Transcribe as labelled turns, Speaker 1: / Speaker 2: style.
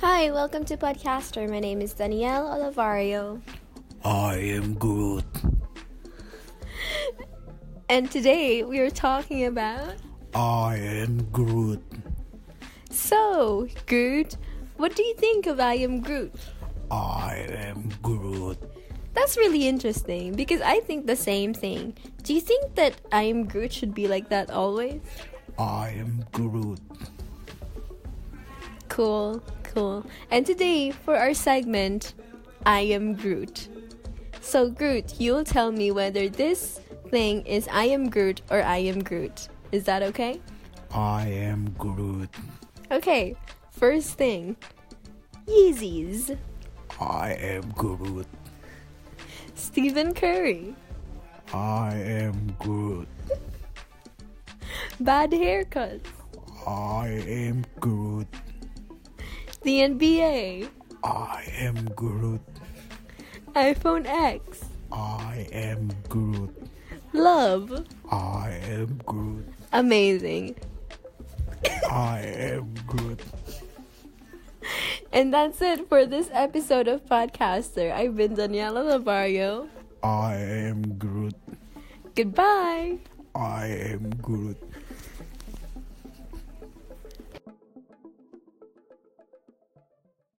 Speaker 1: Hi, welcome to Podcaster. My name is Danielle Olivario.
Speaker 2: I am Groot.
Speaker 1: And today we are talking about.
Speaker 2: I am Groot.
Speaker 1: So, Groot, what do you think of I Am Groot?
Speaker 2: I am Groot.
Speaker 1: That's really interesting because I think the same thing. Do you think that I Am Groot should be like that always?
Speaker 2: I am Groot.
Speaker 1: Cool, cool. And today for our segment, I am Groot. So, Groot, you'll tell me whether this thing is I am Groot or I am Groot. Is that okay?
Speaker 2: I am Groot.
Speaker 1: Okay, first thing Yeezys,
Speaker 2: I am Groot.
Speaker 1: Stephen Curry,
Speaker 2: I am Groot.
Speaker 1: bad haircuts,
Speaker 2: I am Groot.
Speaker 1: the NBA,
Speaker 2: I am Groot.
Speaker 1: iPhone X,
Speaker 2: I am Groot.
Speaker 1: love.
Speaker 2: I am Groot.
Speaker 1: Amazing.
Speaker 2: I am Groot.
Speaker 1: And that's it for this episode of Podcaster. I've been Daniela Lavario.
Speaker 2: I am Groot.
Speaker 1: Goodbye.
Speaker 2: I am Groot.